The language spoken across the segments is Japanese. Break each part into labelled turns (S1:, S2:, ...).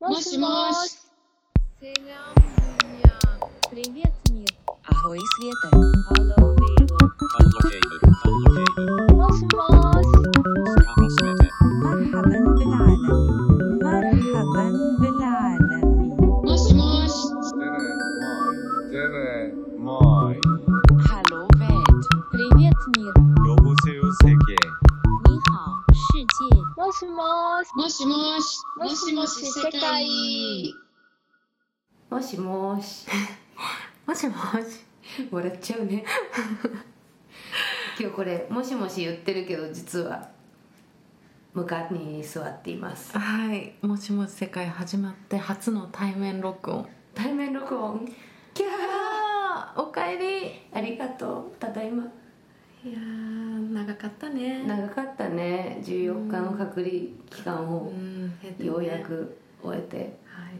S1: もしもし。
S2: Selam dünya.
S1: Привет, мир.
S3: Ahoj světe.
S2: Hello world.
S4: Unlocated. Unlocated.
S1: もしもし。
S4: Skava Svete.
S3: Marhaban bil alamin. Marhaban bil alamin.
S1: もしもし。
S5: Tere moi.
S3: Hallo Welt.
S1: Привет, мир.
S5: Yobuseu seke.
S3: 你好，世界。
S1: もしもし。
S2: もしもし。
S1: もしもし世界。
S6: もしもーし もしもーし笑っちゃうね今日これもしもし言ってるけど実は向かいに座っています
S7: はい、もしもし世界始まって初の対面録音。
S6: 対面録音キャ
S7: ああ、おかえり。
S6: ーありがとうただいま
S7: いやー、長かったね。
S6: 長かったね14日の隔離期間
S7: う
S6: を
S7: ん、経てね
S6: ようや。く終えて
S7: はい。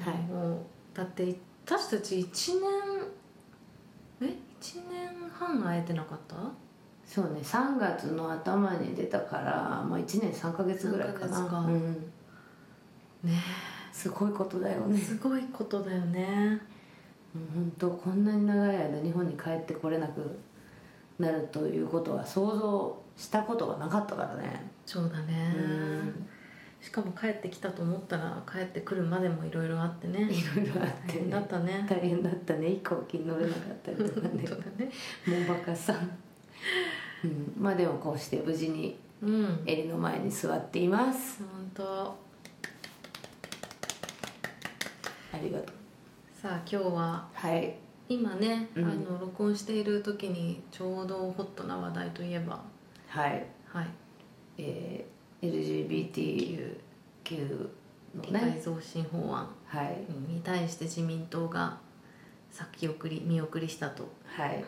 S6: はい
S7: もう、だって、私たち一年。え、一年半会えてなかった。
S6: そうね3月の頭に出たから、まあ、1年3ヶ月ぐらいか
S7: 三ヶ
S6: な
S7: 月か
S6: うん、
S7: ね
S6: すごいことだよね
S7: すごいことだよね。
S6: もう本当こんなに長い間日本に帰ってこれなくなるということは想像したことがなかったからね
S7: そうだ
S6: う
S7: ね。
S6: ん
S7: しかも帰ってきたと思ったら、帰ってくるまでもいろいろあってね。
S6: いろいろあって
S7: 大変だ
S6: ね
S7: ったね。
S6: 大変だったね飛行機に乗れなかったりとか
S7: 本
S6: ね
S7: 当だね。
S6: もうバカさん、うん、まあでもこうして無事に
S7: うん。
S6: 襟の前に座っています
S7: 本当。
S6: ありがとう
S7: さあ今日は
S6: はい
S7: 今ね、
S6: うん
S7: あの録音している時にちょうどホットな話題といえば
S6: はい
S7: はい
S6: えー、LGBTQ の
S7: 理解
S6: ね
S7: 増進法案
S6: はい
S7: に対して自民党が先送り見送りしたと
S6: はい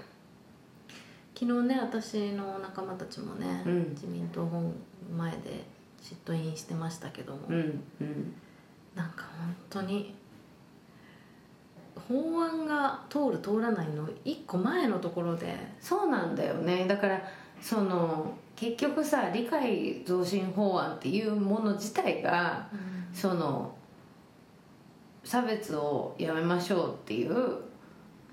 S7: 昨日ね私の仲間たちもね、
S6: うん
S7: 自民党本前で嫉妬インしてましたけども、
S6: うんうん
S7: なんか本当に法案が通る通らないの一個前のところで
S6: そうなんだよねだからその結局さ理解増進法案っていうもの自体がその差別をやめましょうっていう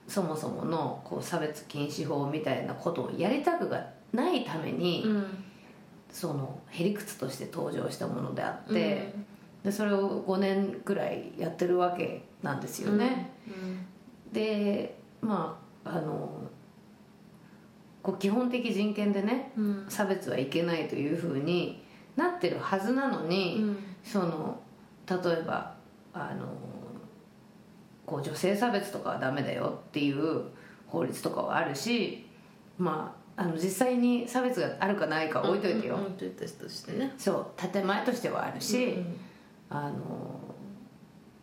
S6: そもそものこう差別禁止法みたいなことをやりたくがないために、
S7: うん
S6: そのへりくつとして登場したものであって、でそれを5年くらいやってるわけなんですよね。
S7: うん
S6: でまああのこう基本的人権でね
S7: うんうん
S6: 差別はいけないというふうになってるはずなのに、
S7: うん
S6: その例えばあのこう女性差別とかはダメだよっていう法律とかはあるしまああの実際に差別があるかないかは置いといてよ、
S7: うんうん置いといてとしてね。
S6: そう建前としてはあるし、あの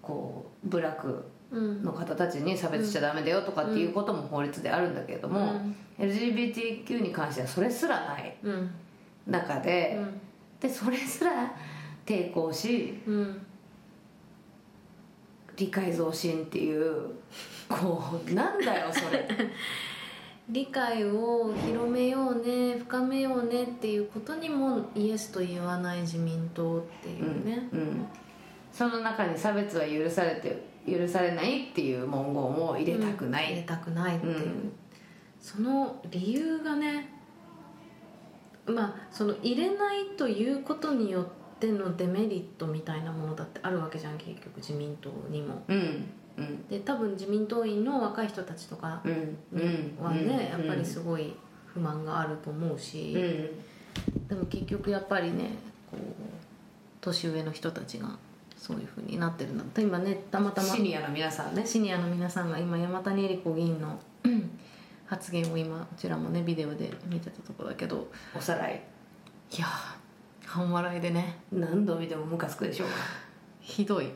S6: こう部落
S7: うん
S6: の方たちに差別しちゃダメだよとかっていうことも法律であるんだけれども、LGBTQ に関してはそれすらない
S7: うんうん
S6: 中で,、でそれすら抵抗し
S7: うんうん
S6: 理解増進っていうこうなんだよそ れ
S7: 理解を広めようね深めようねっていうことにもイエスと言わない自民党っていうね、
S6: うんうん、その中に差別は許されて許されないっていう文言を入れたくな
S7: 入れ
S6: い、
S7: たくないっていう、
S6: うん
S7: その理由がねまあその入れないということによってのデメリットみたいなものだってあるわけじゃん結局自民党にも。
S6: うんうん
S7: で多分自民党員の若い人たちとか
S6: うんうん
S7: はね、やっぱり
S6: そ
S7: すごい不満があると思う
S6: う
S7: し、
S6: ん
S7: でも結局やっぱりねこう年上の人たちがそういうふうになってるんだって今ねたまたま
S6: シニアの皆さんね
S7: シニアの皆さんが今山谷恵理子議員の うん発言を今こちらもねビデオで見てたとこだけど
S6: おさらい
S7: いやー半笑いでね
S6: 何度見てもムカつくでしょう
S7: ひどい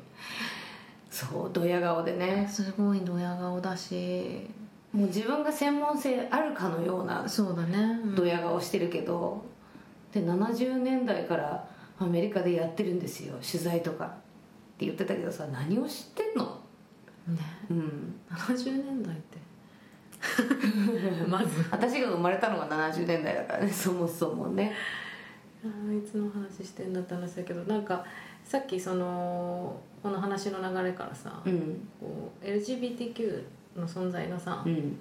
S6: そうドヤ顔でね
S7: すごいドヤ顔だし
S6: もう自分が専門性あるかのような
S7: そうだね、うん
S6: ドヤ顔してるけどで70年代からアメリカでやってるんですよ取材とかって言ってたけどさ何を知ってんの
S7: ね
S6: うん
S7: 70年代って まず
S6: 私が生 まれたのが70年代だからねそもそもね
S7: あーいつの話してんだって話だけどなんかさっきそのこの話の流れからさ、
S6: うん
S7: こう LGBTQ の存在がさ、
S6: うん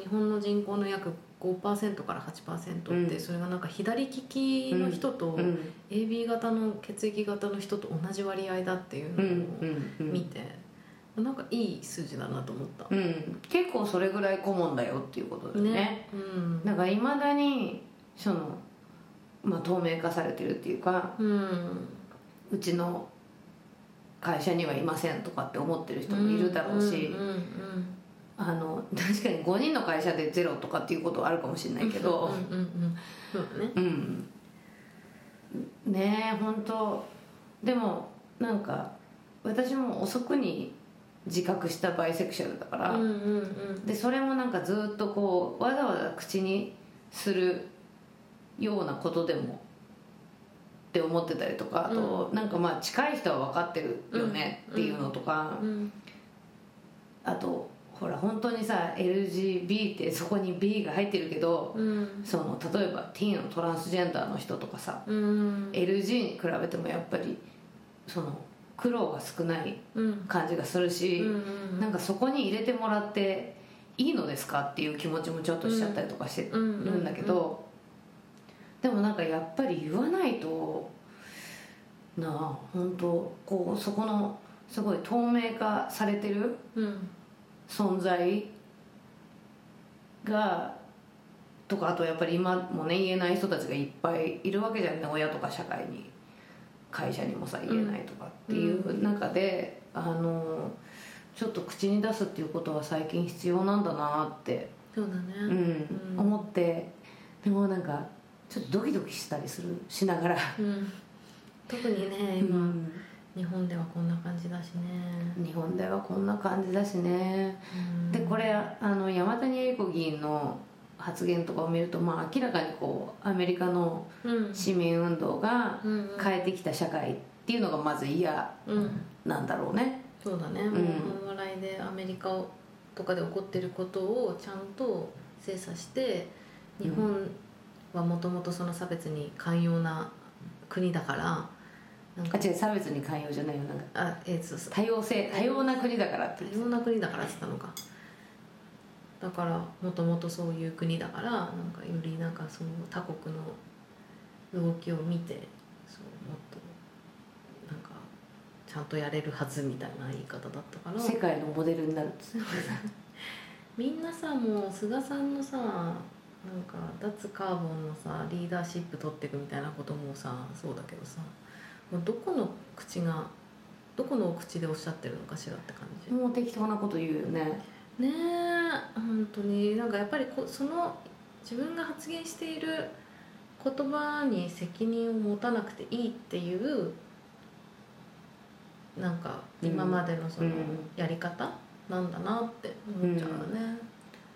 S7: 日本の人口の約5%から8%って、
S6: うん
S7: それがなんか左利きの人と、
S6: うん
S7: AB 型の血液型の人と同じ割合だっていう
S6: うん
S7: の
S6: う
S7: を
S6: ん
S7: 見て、なんかいい数字だなと思った
S6: う。ん結構それぐらい顧問だよっていうことだよね
S7: うん
S6: だからいまだにその、まあ、透明化されてるっていうか
S7: うん
S6: うちの会社にはいませんとかって思ってる人もいるだろうし、
S7: んうんうん
S6: あの確かに5人の会社でゼロとかっていうことはあるかもしれないけど
S7: うんうんうんそうだね
S6: うんねえ本当でもなんか私も遅くに自覚したバイセクシャルだから、
S7: うんうんうん
S6: でそれもなんかずっとこうわざわざ口にするようなことでもって思ってたりとかあと、なんかまあ近い人は分かってるよねっていうのとか、
S7: うん
S6: あとほら本当にさ LGB ってそこに B が入ってるけど、
S7: うん
S6: その例えば T のトランスジェンダーの人とかさ、
S7: うん
S6: LG に比べてもやっぱりその苦労が少ない
S7: うん
S6: 感じがするし、
S7: うん
S6: なんかそこに入れてもらっていいのですかっていう気持ちもちょっとしちゃったりとかしてるんだけど、でもなんかやっぱり言わないとなあ本当こうそこのすごい透明化されてる
S7: うん
S6: 存在がとかあとやっぱり今もね言えない人たちがいっぱいいるわけじゃんね親とか社会に会社にもさ言えないとかっていう中で、あのちょっと口に出すっていうことは最近必要なんだなって、
S7: そうだ
S6: うん
S7: ねうん
S6: 思ってでもなんかちょっとドキドキしたりするしながら、
S7: うん特にね
S6: う
S7: 今
S6: ん
S7: 日本ではこんな感じだしね
S6: 日本ではこんな感じだしね。
S7: うん
S6: でこれあの山谷恵理子議員の発言とかを見ると、まあ、明らかにこうアメリカの
S7: うん
S6: 市民運動が
S7: うんうん
S6: 変えてきた社会っていうのがまず嫌
S7: うん
S6: なんだろうね。
S7: そうだね、
S6: ん
S7: もう半笑いでアメリカとかで起こってることをちゃんと精査して
S6: うん
S7: 日本はもともとその差別に寛容な国だからなん
S6: あ
S7: か
S6: 違う差別に寛容じゃないよなんか
S7: あえーそうそう
S6: 多様性多様な国だからって
S7: 多様な国だからって言ったのかだからもともとそういう国だからなんかよりなんかその他国の動きを見てそうもっとなんかちゃんとやれるはずみたいな言い方だったから
S6: 世界のモデルになるっつって
S7: みんなさもう菅さんのさなんか脱カーボンのさリーダーシップ取っていくみたいなこともさそうだけどさもうどこの口がどこのお口でおっしゃってるのかしらって感じ
S6: もう適当なこと言うよね。
S7: ねえ本当になんかやっぱりこその自分が発言している言葉に責任を持たなくていいっていうなんか今までのその
S6: うん
S7: やり方なんだなって思っちゃうよね。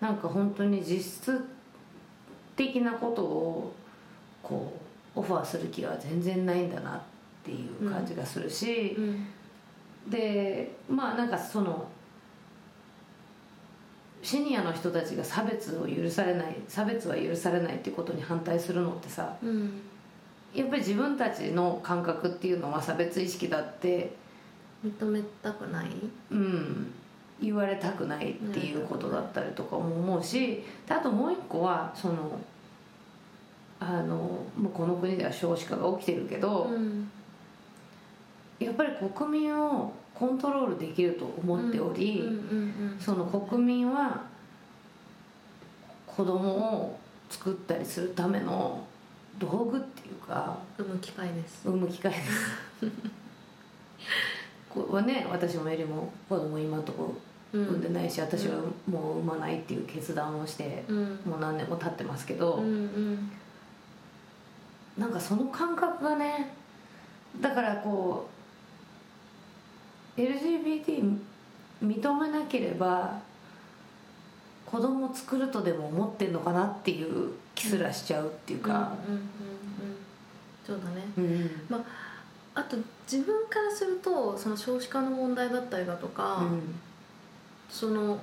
S6: なんか本当に実質的なことをこうオファーする気は全然ないんだなっていう感じがするし。
S7: うん
S6: でまあなんかそのシニアの人たちが差別を許されない差別は許されないっていうことに反対するのってさ
S7: うん
S6: やっぱり自分たちの感覚っていうのは差別意識だって、
S7: 認めたくない
S6: うん、言われたくないっていうことだったりとかも思うしであともう一個はそのあのもうこの国では少子化が起きてるけど、
S7: ん
S6: やっぱり国民をコントロールできると思っており。
S7: うんうん
S6: その国民は子供を作ったりするための道具っていうか
S7: うん、産む機会です
S6: 産む機会ですこうはね私もよりも子供今のとこ
S7: う
S6: 産んで
S7: ん
S6: ないし、私はもう産まないっていう決断をして、
S7: うん
S6: もう何年も経ってますけ
S7: う
S6: ど、
S7: ん
S6: なんかその感覚がねだからこう LGBT 認めなければ子供作るとでも思ってんのかなっていう気すらしちゃうっていうか、
S7: うんうんうんうんそうだね
S6: うん
S7: あと自分からするとその少子化の問題だったりだとか、その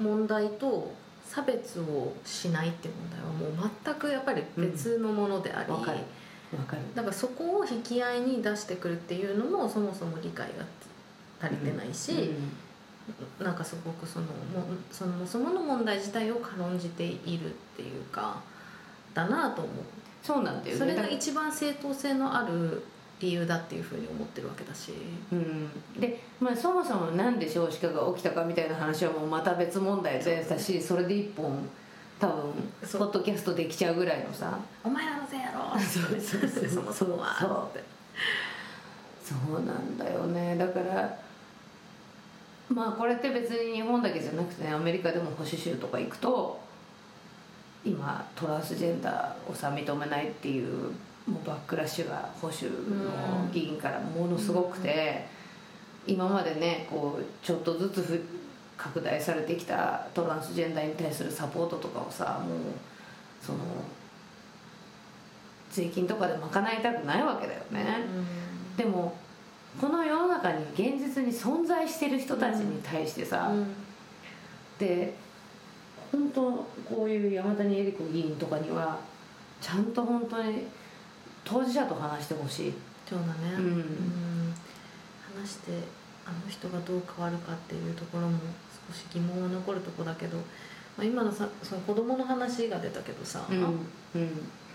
S7: 問題と差別をしないっていう問題はもう全くやっぱり別のものであり、
S6: うんわかるわかる
S7: だからそこを引き合いに出してくるっていうのもそもそも理解が足りてないし、なんかすごくそのもそもそもの問題自体を軽んじているっていうかだなと思う
S6: そうなんだよね
S7: それ
S6: だ
S7: が
S6: から
S7: 一番正当性のある理由だっていうふうに思ってるわけだし
S6: うん、で、まあ、そもそもなんで少子化が起きたかみたいな話はもうまた別問題でだしそれで一本多分
S7: そう
S6: ポッドキャストできちゃうぐらいのさ
S7: 「お前らのせいやろ!」そう そう
S6: そう
S7: そもそもは
S6: そう
S7: って
S6: そうなんだよねだからまあこれって別に日本だけじゃなくてねアメリカでも保守州とか行くと今トランスジェンダーをさ認めないっていうもうバックラッシュが保守の議員からものすごくて、今までねこうちょっとずつふ拡大されてきたトランスジェンダーに対するサポートとかをさもうその税金とかで賄いたくないわけだよね。でもこの世の中に現実に存在してる人たちに対してさ、
S7: うん
S6: で本当こういう山谷恵理子議員とかにはちゃんと本当に当事者と話してほしい、
S7: そうだね
S6: うん
S7: うん話してあの人がどう変わるかっていうところも少し疑問は残るとこだけど、まあ、今のさその子供の話が出たけどさ、
S6: うん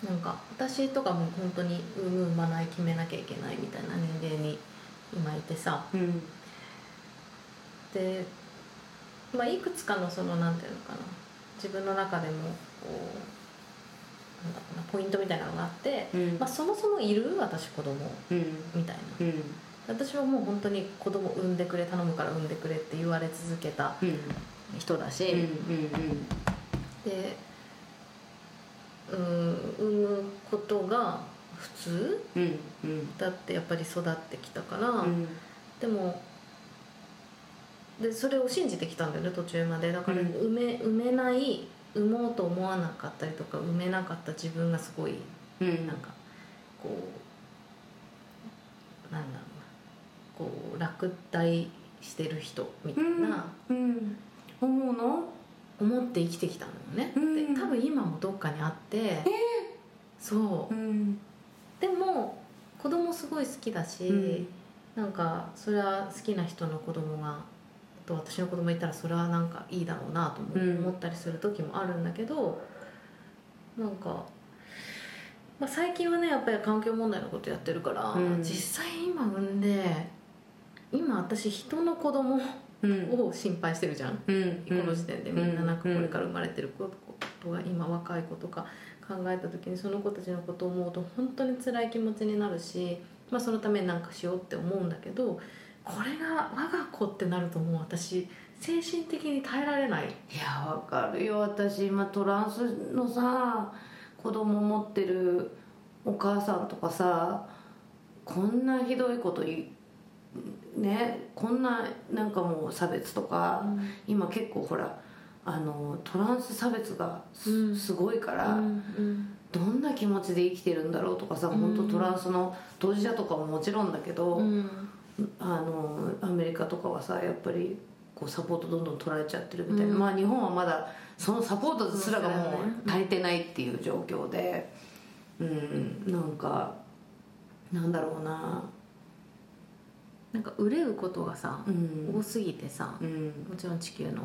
S7: なんか私とかも本当に産む産まない決めなきゃいけないみたいな年齢に今いてさ
S6: うんうん
S7: で、まあ、いくつかのそのなんていうのかな自分の中でもこうなんだろうなポイントみたいなのがあって、
S6: うん
S7: まあ、そもそもいる私子供
S6: うん
S7: みたいな
S6: うん
S7: 私はもう本当に子供産んでくれ頼むから産んでくれって言われ続けた
S6: うん
S7: 人だし、
S6: うん
S7: でうん産むことが普通
S6: うんうんうん
S7: だってやっぱり育ってきたから、
S6: うん
S7: でもでそれを信じてきたんだよね途中までだから
S6: うん
S7: 埋め,、埋めない埋もうと思わなかったりとか埋めなかった自分がすごい
S6: うん
S7: なんかこうなんだろうなこう落第してる人みたいな、
S6: うん思うの
S7: 思って生きてきたのよね、
S6: うん
S7: で多分今もどっかにあって、そううんでも子供すごい好きだし、
S6: うん
S7: なんかそれは好きな人の子供がと私の子供いたらそれはなんかいいだろうなと思う
S6: うん
S7: 思ったりする時もあるんだけど、なんか、まあ、最近はねやっぱり環境問題のことやってるから、
S6: うん
S7: 実際今産んで今私人の子供
S6: うん
S7: を心配してるじゃん、
S6: うん
S7: この時点でみんななんかこ
S6: うん
S7: れから生まれてる子とか今若い子とか考えた時にその子たちのことを思うと本当に辛い気持ちになるし、まあ、そのために何かしようって思うんだけどこれが我が子ってなるともう私精神的に耐えられな
S6: い
S7: い。
S6: やわかるよ私今トランスのさ子供持ってるお母さんとかさこんなひどいこといねこんななんかもう差別とか、今結構ほらあのトランス差別がす,、
S7: うん
S6: ごいから、
S7: うん
S6: どんな気持ちで生きてるんだろうとかさ、本
S7: うん
S6: 当トランスの当事者とかももちろんだけど、
S7: うん
S6: あのアメリカとかはさやっぱりこうサポートどんどん取られちゃってるみたいな、
S7: うん
S6: まあ日本はまだそのサポートすらがも
S7: そう
S6: う足りてないっていう状況でうんなんかなんだろうな
S7: なんか憂うことがさ
S6: う、ん
S7: 多すぎてさ
S6: うん
S7: もちろん地球の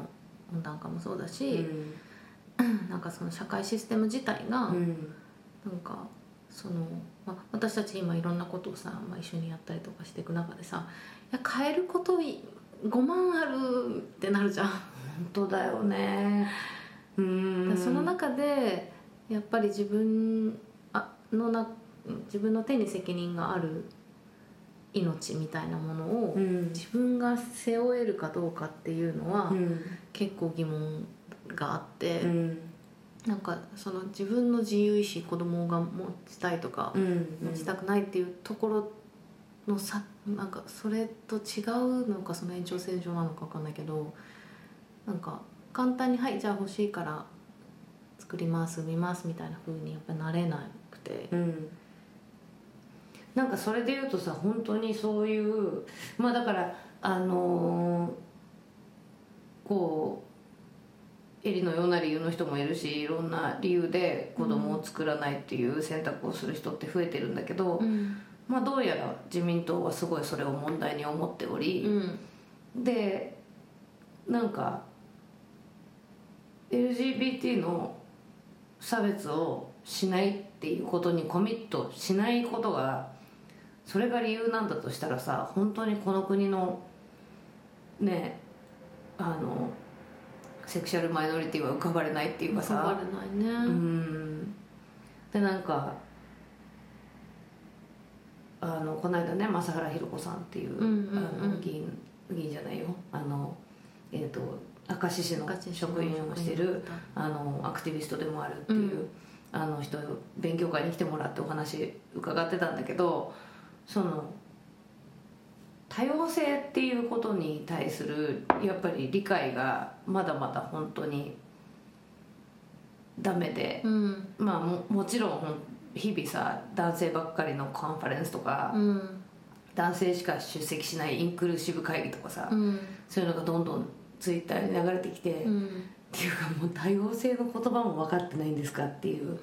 S7: 温暖化もそうだ
S6: う
S7: し、
S6: ん
S7: なんかその社会システム自体が、
S6: うん
S7: なんかその、まあ、私たち今いろんなことをさ、まあ、一緒にやったりとかしていく中でさいや変えることい5万あるってなるじゃん、
S6: 本当だよねう
S7: だ
S6: ん
S7: からその中でやっぱり自分あのな自分の手に責任がある命みたいなものを、
S6: うん
S7: 自分が背負えるかどうかっていうのは、
S6: うん
S7: 結構疑問があって、
S6: うん
S7: なんかその自分の自由意志子供が持ちたいとか
S6: うん
S7: 持ちたくないっていうところのさなんかそれと違うのかその延長線上なのか分かんないけどなんか簡単に「はいじゃあ欲しいから作ります産みます」みたいな風にやっぱなれなくて
S6: う。んなんかそれで言うとさ本当にそういうまあだからあのーこうエリのような理由の人もいるしいろんな理由で子供を作らないっていう選択をする人って増えてるんだけど、
S7: うん
S6: まあ、どうやら自民党はすごいそれを問題に思っており、
S7: うん
S6: でなんか LGBT の差別をしないっていうことにコミットしないことがそれが理由なんだとしたらさ本当にこの国のねあのセクシャルマイノリティは浮かばれないっていうかさ
S7: 変われないうね
S6: んでなんかあのこの間ね正原ひろ子さんっていう,、
S7: うんうんう
S6: あ
S7: ん
S6: の議員議員じゃないよあの、えー、と明石市の職員をしてるあのアクティビストでもあるっていう、
S7: う
S6: あの人勉強会に来てもらってお話伺ってたんだけどその多様性っていうことに対するやっぱり理解がまだまだ本当にダメで。
S7: うん
S6: まあももちろんほん日々さ男性ばっかりのカンファレンスとか、
S7: うん
S6: 男性しか出席しないインクルーシブ会議とかさ、
S7: うん
S6: そういうのがどんどんツイッターに流れてきて、
S7: う
S6: っ
S7: ん
S6: ていうかもう多様性の言葉も分かってないんですかっていう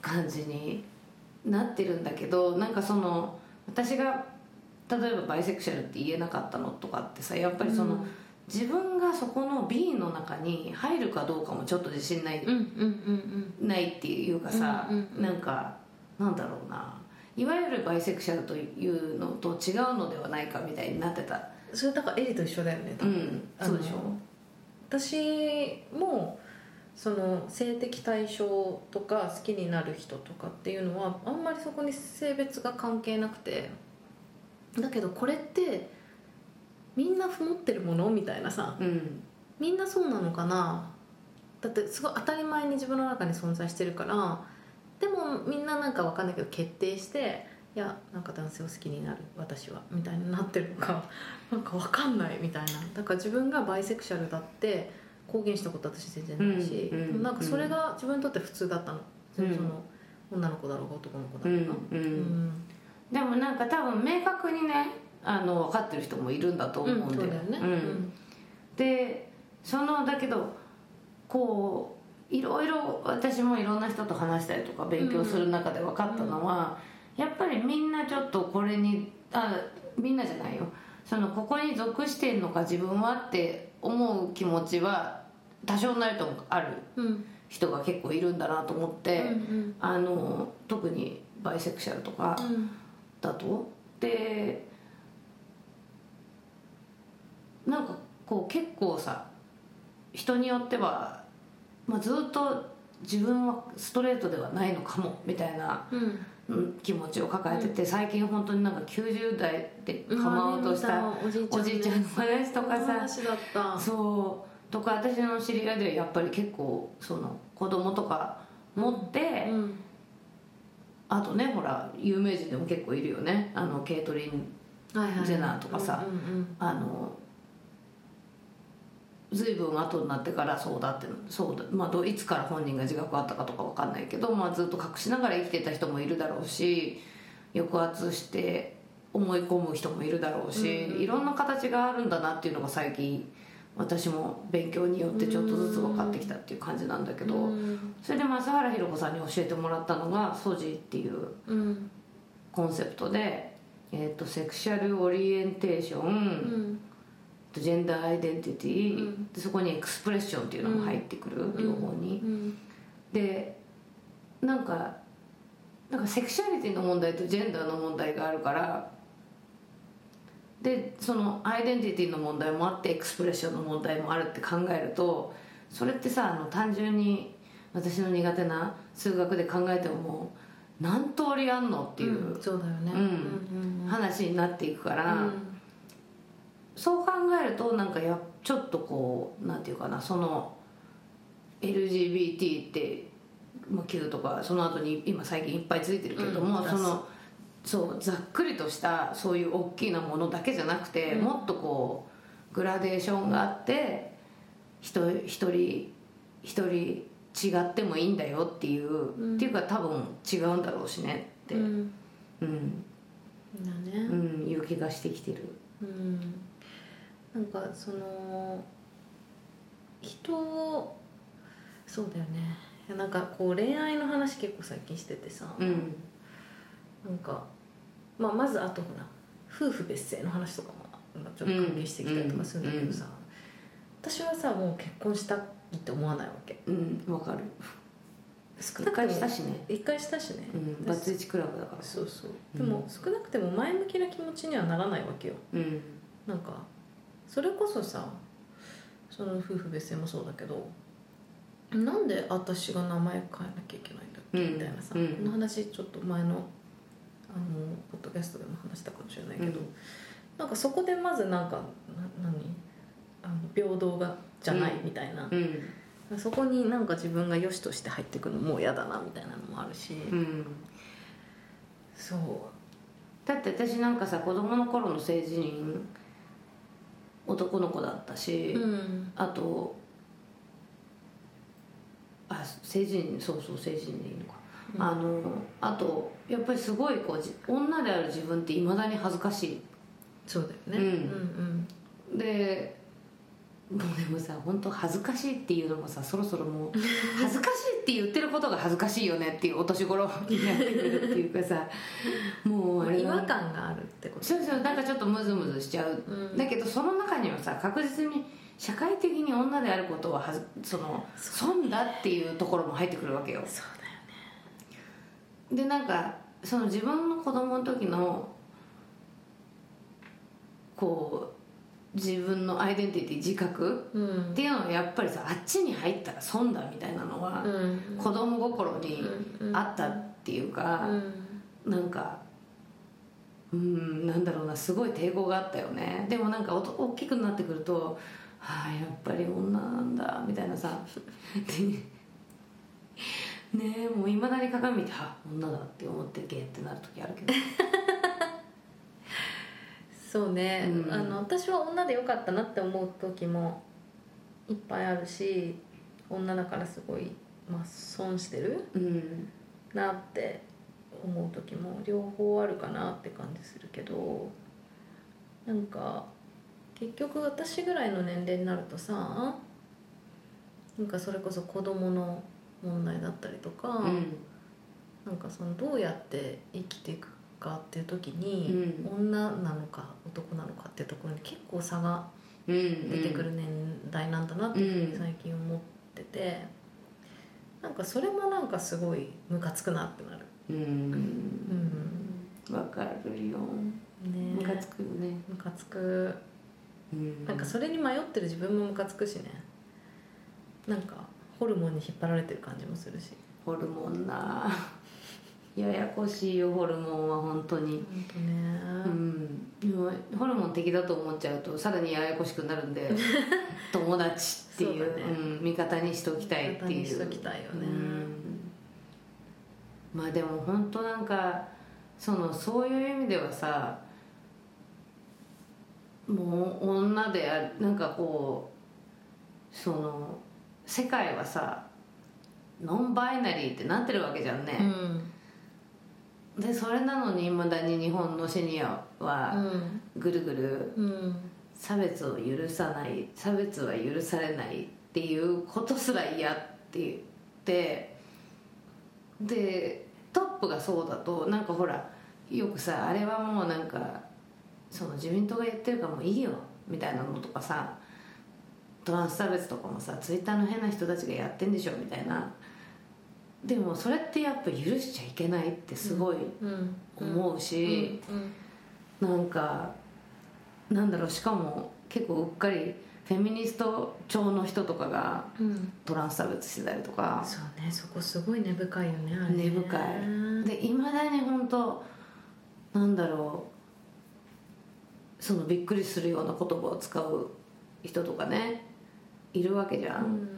S6: 感じになってるんだけどなんかその私が例えばバイセクシャルって言えなかったのとかってさやっぱりその、自分がそこの B の中に入るかどうかもちょっと自信ない
S7: うんうんうん
S6: ないっていうかさ、
S7: うんうんうん
S6: なんかなんだろうないわゆるバイセクシャルというのと違うのではないかみたいになってた
S7: うんそれだからエリと一緒だよね多
S6: う
S7: 分
S6: んそうでしょ
S7: 私もその性的対象とか好きになる人とかっていうのはあんまりそこに性別が関係なくてだけどこれってみんな持ってるものみたいなさ
S6: うん
S7: みんなそうなのかなだってすごい当たり前に自分の中に存在してるからでもみんななんかわかんないけど決定していやなんか男性を好きになる私はみたいになってるのか なんかわかんないみたいなだから自分がバイセクシャルだって公言したこと私全然ないし、
S6: うんうん
S7: でもなんかそれが自分にとって普通だったの、
S6: うん
S7: その女の子だろうが男の子だ
S6: う
S7: ろうんが、
S6: う
S7: うん
S6: んでもなんか多分明確にねあの分かってる人もいるんだと思うん
S7: うん
S6: で、
S7: そうだよね、
S6: うんでそのだけどこういろいろ私もいろんな人と話したりとか勉強する中で分かったのは、やっぱりみんなちょっとこれにあみんなじゃないよそのここに属してんのか自分はって思う気持ちは多少なりともある
S7: うんうん
S6: 人が結構いるんだなと思って、
S7: うん
S6: あの特にバイセクシャルとか、
S7: うん
S6: だとでなんかこう結構さ人によっては、まあ、ずっと自分はストレートではないのかもみたいな
S7: うん
S6: うん気持ちを抱えてて、最近本当になんか90代で
S7: うん
S6: 構おうとした
S7: あー見た
S6: お
S7: お
S6: じ
S7: じ
S6: い
S7: い
S6: ち
S7: ち
S6: ゃ
S7: ゃ
S6: ん
S7: ん
S6: の話と
S7: と
S6: かさ
S7: 話だった
S6: そうとか私の知り合いではやっぱり結構その子供とか持って、
S7: うん
S6: あとねほら有名人でも結構いるよねあのケイトリン
S7: はいはいはい
S6: ジェナーとかさ
S7: うんうん
S6: あの随分後になってからそうだってそうだ、まあ、どいつから本人が自覚あったかとかわかんないけど、まあ、ずっと隠しながら生きてた人もいるだろうし抑圧して思い込む人もいるだろうし、
S7: うんうん
S6: いろんな形があるんだなっていうのが最近私も勉強によってちょっとずつ分かってきたっていう感じなんだけど、
S7: うん
S6: それで松原ひろ子さんに教えてもらったのが「ソジっていう
S7: うん
S6: コンセプトで、えー、とセクシャルオリエンテーション、
S7: うん
S6: ジェンダーアイデンティティ、
S7: うん
S6: でそこにエクスプレッションっていうのも入ってくる、
S7: ん
S6: 両方に、
S7: うん
S6: でなんかなんかセクシャリティの問題とジェンダーの問題があるからでそのアイデンティティの問題もあってエクスプレッションの問題もあるって考えるとそれってさあの単純に私の苦手な数学で考えてももう何通りあんのっていう
S7: そうだよね
S6: うん
S7: うん
S6: 話になっていくか
S7: う
S6: ら。
S7: ん
S6: そう考えるとなんかやちょっとこうなんていうかなその LGBT って、まあ、Q とかその後に今最近いっぱいついてるけれども、
S7: うん
S6: そのそうざっくりとしたそういう大きなものだけじゃなくて、
S7: うん
S6: もっとこうグラデーションがあって人一人一人違ってもいいんだよっていう、
S7: うん
S6: っていうか多分違うんだろうしねって、
S7: う
S6: うん
S7: ん
S6: うん
S7: だね
S6: いう気がしてきてる。
S7: うんなんかその人をそうだよねいやなんかこう恋愛の話結構最近しててさ、
S6: うん
S7: なんか、まあ、まずあとほら夫婦別姓の話とかもなんかちょっと関係してきたりとかするんだけどさ、私はさもう結婚したいって思わないわけ
S6: うんわかる
S7: 少
S6: 一回したしね、
S7: 一回したしね、
S6: うん、
S7: だ
S6: バ
S7: し
S6: ツイチクラブだから
S7: そうそう
S6: うん
S7: でも少なくても前向きな気持ちにはならないわけよ
S6: うん
S7: なんかそれこそさその夫婦別姓もそうだけどなんで私が名前変えなきゃいけないんだっけ、
S6: うん
S7: みたいなさ、
S6: うん
S7: この話ちょっと前のあのポッドキャストでも話したかもしれないけど、
S6: うん
S7: なんかそこでまずなんかな何あの平等がじゃないみたいな、
S6: うん
S7: そこになんか自分が良しとして入ってくのもう嫌だなみたいなのもあるし、
S6: うん
S7: そう
S6: だって私なんかさ子供の頃の性自認男の子だったし、
S7: ん
S6: あとあ成人そうそう成人でいいのか、
S7: うん
S6: あのあとやっぱりすごいこうじ女である自分っていまだに恥ずかし
S7: そうだよ
S6: う
S7: ね、
S6: ん
S7: うん
S6: いでもうでもさ本当恥ずかしいっていうのもさそろそろ もう恥ずかしいって言ってることが恥ずかしいよねっていうお年頃になってくるっていうかさもう
S7: う
S6: あ
S7: ん、
S6: れ
S7: 違
S6: は
S7: 和感があるってこと
S6: そうそうなんかちょっとムズムズしちゃう、
S7: うん
S6: だけどその中にはさ確実に社会的に女であることははずその損だっていうところも入ってくるわけよ
S7: そうだよ
S6: でなんかその自分の子供の時のこう自分のアイデンティティ自覚
S7: うん
S6: っていうのはやっぱりさあっちに入ったら損だみたいなのは、
S7: うん
S6: 子供心に
S7: うん
S6: あったっていうか、
S7: うん
S6: なんかうんなんだろうなすごい抵抗があったよねでもなんかおと大きくなってくると「はあやっぱり女なんだ」みたいなさでねえもういまだに鏡見て「あ女だ」って思ってゲーってなる時あるけど
S7: そうね、
S6: うん
S7: あの私は女でよかったなって思う時もいっぱいあるし女だからすごい、まあ、損してる
S6: うん
S7: なって思う時も両方あるかなって感じするけどなんか結局私ぐらいの年齢になるとさなんかそれこそ子供の問題だったりとか、
S6: うん
S7: なんかそのどうやって生きていくかっていう時に、
S6: うん
S7: 女なのか男なのかっていうところに結構差が
S6: うん
S7: 出てくる年代なんだなっていうふうに最近思ってて、なんかそれもなんかすごいムカつくなってなる。
S6: う
S7: うん
S6: わかるよ
S7: ね
S6: ムカつくよね
S7: ムカつく
S6: うん
S7: なんかそれに迷ってる自分もムカつくしねなんかホルモンに引っ張られてる感じもするし
S6: ホルモンな ややこしいよホルモンは本当に
S7: 本当ね、
S6: うん、でもホルモン的だと思っちゃうとさらにややこしくなる んで友達っていう
S7: そうだね
S6: うん、味方にしておきたいっていう
S7: 味方にしておきたいよね
S6: うんまあでも本当なんかそのそういう意味ではさもう女であるなんかこうその世界はさノンバイナリーってなってるわけじゃんね、
S7: うん
S6: でそれなのにいまだに日本のシニアはぐるぐる
S7: うんうん
S6: 差別を許さない差別は許されないっていうことすら嫌って言ってでトップがそうだとなんかほらよくさあれはもうなんかその自民党がやってるからもういいよみたいなのとかさトランス差別とかもさツイッターの変な人たちがやってんでしょみたいなでもそれってやっぱ許しちゃいけないってすごい
S7: うん
S6: 思うし、なんかなんだろうしかも結構うっかりフェミニスト調の人とかが
S7: うんうん
S6: トランス差別してたりとか
S7: そうねそこすごい根深いよねあれね
S6: 根深いでいまだに本当なんだろうそのびっくりするような言葉を使う人とかねいるわけじゃ、
S7: うん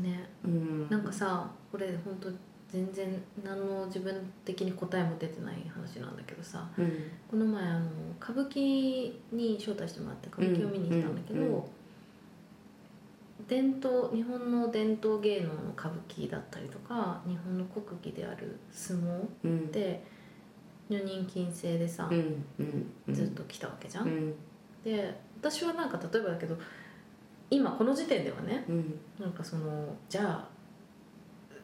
S7: んね
S6: うん、
S7: なんかさこれ本当全然何の自分的に答えも出てない話なんだけどさ
S6: うん
S7: この前あの歌舞伎に招待してもらって歌舞伎を見に行ったんだけど、
S6: うんうんうん
S7: 伝統日本の伝統芸能の歌舞伎だったりとか日本の国技である相撲
S6: うん
S7: で女人禁制でさ、
S6: うんうんうん
S7: ずっと来たわけじゃん、
S6: うん
S7: で私はなんか例えばだけど今この時点ではね
S6: うん
S7: なんかそのじゃ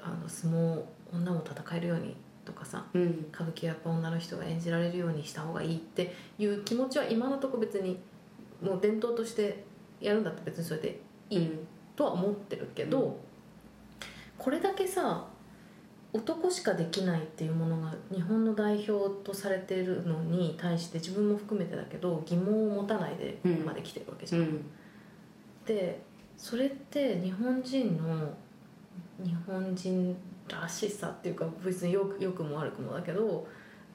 S7: ああの相撲女を戦えるようにとかさ
S6: うん
S7: 歌舞伎はやっぱ女の人が演じられるようにした方がいいっていう気持ちは今のところ別にもう伝統としてやるんだったら別にそれでいいとは思ってるけど、これだけさ男しかできないっていうものが日本の代表とされてるのに対して自分も含めてだけど疑問を持たないでここまで来てるわけじ
S6: う
S7: ゃん。
S6: ん
S7: でそれって日本人の日本人らしさっていうか別によくよくも悪くもだけど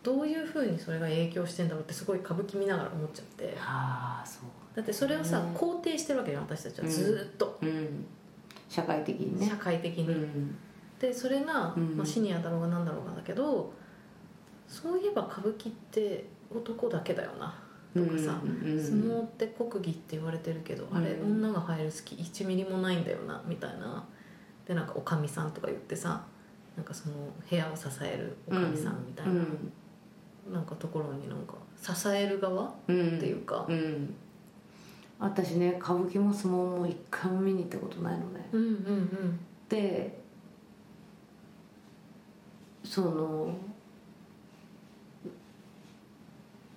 S7: どういうふうにそれが影響してんだろうってすごい歌舞伎見ながら思っちゃって
S6: ああそう
S7: だってそれをさ、
S6: うん
S7: 肯定してるわけじゃん私たち
S6: う
S7: は
S6: ん
S7: ずーっと、
S6: うん社会的にね
S7: 社会的に。
S6: うん
S7: でそれが、
S6: うん
S7: まあ、シニアだろうがなんだろうがだけどそういえば歌舞伎って男だけだよなとかさ、
S6: うんうん
S7: 相撲って国技って言われてるけど、あれ
S6: うん
S7: 女が入る隙1ミリもないんだよなみたいなでなんかおかみさんとか言ってさなんかその部屋を支えるおかみさんみたいな、
S6: うん
S7: なんかところになんか支える側っ
S6: うん
S7: ていうか
S6: う、ん私ね歌舞伎も相撲も一回も見に行ったことないのね
S7: うん、うんうん
S6: でその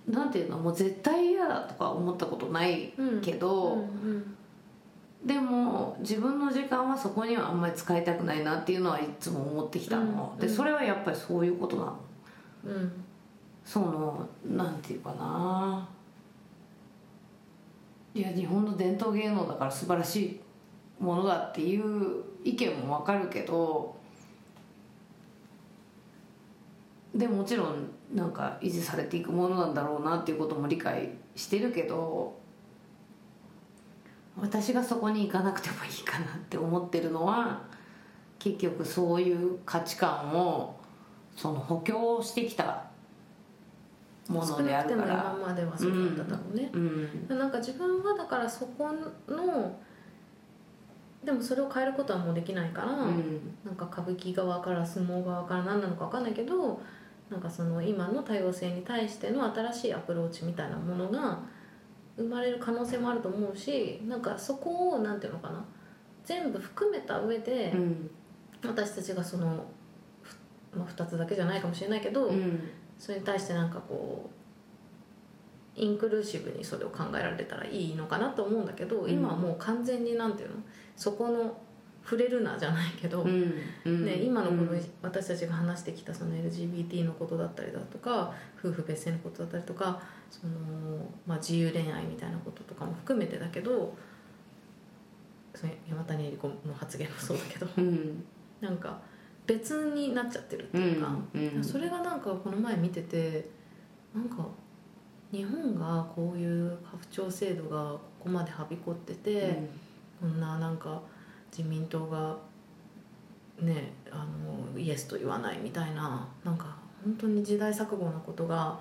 S6: なんていうのもう絶対嫌だとか思ったことない
S7: うん
S6: けど、
S7: うんうん
S6: でも自分の時間はそこにはあんまり使いたくないなっていうのはいつも思ってきたの、
S7: うん
S6: でそれはやっぱりそういうことなの
S7: うん
S6: そのなんていうかないや日本の伝統芸能だから素晴らしいものだっていう意見もわかるけどでもちろんなんか維持されていくものなんだろうなっていうことも理解してるけど私がそこに行かなくてもいいかなって思ってるのは結局そういう価値観をその補強してきたもの
S7: 少
S6: で
S7: な
S6: あ
S7: くて
S6: るか
S7: も
S6: ら
S7: 今。まではそうだっただろうね、
S6: うん
S7: なんか自分はだからそこのでもそれを変えることはもうできないから、
S6: うん
S7: なんか歌舞伎側から相撲側から何なのか分かんないけどなんかその今の多様性に対しての新しいアプローチみたいなものが生まれる可能性もあると思うしなんかそこをなんていうのかな全部含めた上で
S6: うん
S7: 私たちがその、ふまあ、2つだけじゃないかもしれないけど、
S6: うん
S7: それに対してなんかこうインクルーシブにそれを考えられたらいいのかなと思うんだけど、
S6: ん
S7: 今はもう完全になんていうのそこの触れるなじゃないけど、
S6: うん
S7: ね、今のこの、
S6: うん
S7: 私たちが話してきたその LGBT のことだったりだとか夫婦別姓のことだったりとかその、まあ、自由恋愛みたいなこととかも含めてだけどその山谷恵理子の発言もそうだけど
S6: うん
S7: なんか別になっちゃってるって
S6: うん
S7: いうか。
S6: うん
S7: それがなんかこの前見ててなんか日本がこういう家父長制度がここまではびこってて、こんななんか自民党がねあのイエスと言わないみたいななんか本当に時代錯誤なことが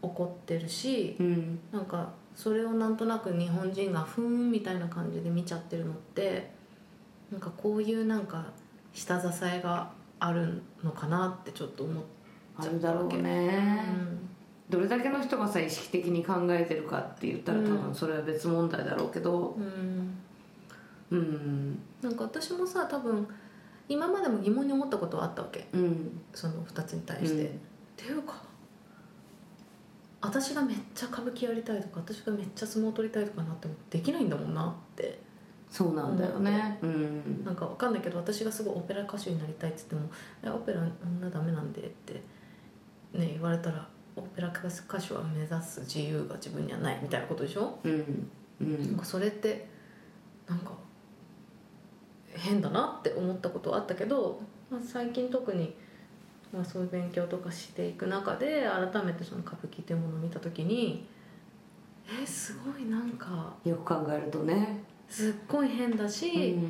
S7: 起こってるし
S6: うん
S7: なんかそれをなんとなく日本人がふーんみたいな感じで見ちゃってるのってなんかこういうなんか下支えがあるのかなってちょっと思って、
S6: あるだろう
S7: う
S6: ね、
S7: ん
S6: どれだけの人がさ意識的に考えてるかって言ったら多
S7: う
S6: 分
S7: ん
S6: それは別問題だろうけど
S7: うん、
S6: うん
S7: なんか私もさ多分今までも疑問に思ったことはあったわけ
S6: うん
S7: その2つに対して。
S6: うん
S7: っていうか私がめっちゃ歌舞伎やりたいとか私がめっちゃ相撲取りたいとかなってもできないんだもんなって
S6: そうなんだよねうん
S7: なんかわかんないけど私がすごいオペラ歌手になりたいって言っても「えオペラ女ダメなんで」って、ね、言われたらオペラ歌手は目指す自由が自分にはないみたいなことでしょ
S6: うんう
S7: なん
S6: ん
S7: かそれってなんか変だなって思ったことはあったけど、まあ、最近特に、まあ、そういう勉強とかしていく中で改めてその歌舞伎というものを見た時にえすごいなんか
S6: よく考えるとね
S7: すっごい変だし。
S6: うん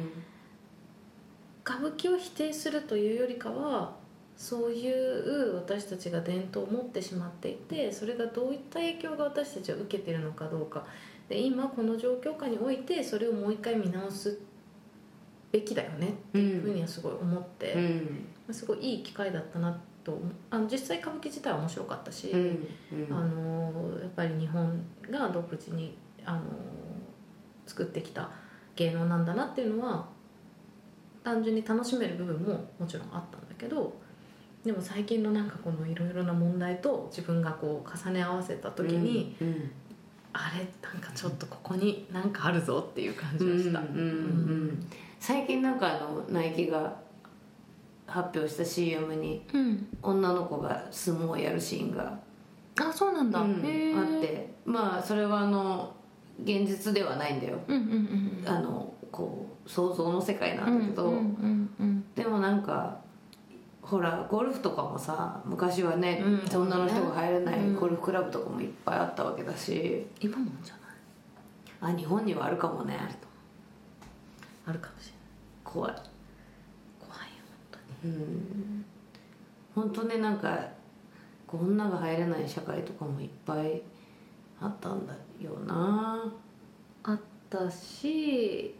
S7: 歌舞伎を否定するというよりかはそういう私たちが伝統を持ってしまっていてそれがどういった影響が私たちは受けてるのかどうかで今この状況下においてそれをもう一回見直すべきだよね
S6: う
S7: っていうふうんにはすごい思って、
S6: う
S7: ま
S6: ん
S7: あすごいいい機会だったなと思うあの実際歌舞伎自体は面白かったし、
S6: うん
S7: あのやっぱり日本が独自にあの作ってきた芸能なんだなっていうのは単純に楽しめる部分ももちろんあったんだけどでも最近のなんかこのいろいろな問題と自分がこう重ね合わせた時に、
S6: うん
S7: あれなんかちょっとここになんかあるぞっていう感じ
S6: うんう
S7: が
S6: んう
S7: した、
S6: ん最近なんかあのナイキが発表した CM に
S7: うん
S6: 女の子が相撲をやるシーンが、
S7: あそうなんだ、
S6: うん
S7: へー
S6: あってまあそれはあの現実ではないんだよ
S7: うんうんうん
S6: あのこう想像の世界なんだけど、
S7: うんうんうん
S6: でもなんかほらゴルフとかもさ昔はね、
S7: うん
S6: 女の人が入れな
S7: う
S6: い
S7: ん
S6: ゴルフクラブとかもいっぱいあったわけだし、
S7: 今もんじゃない
S6: あ日本にはあるかもね
S7: あるかもしれ
S6: 怖い
S7: ない怖いよ
S6: うん本当ねなんかこう女が入れない社会とかもいっぱいあったんだよな
S7: あったし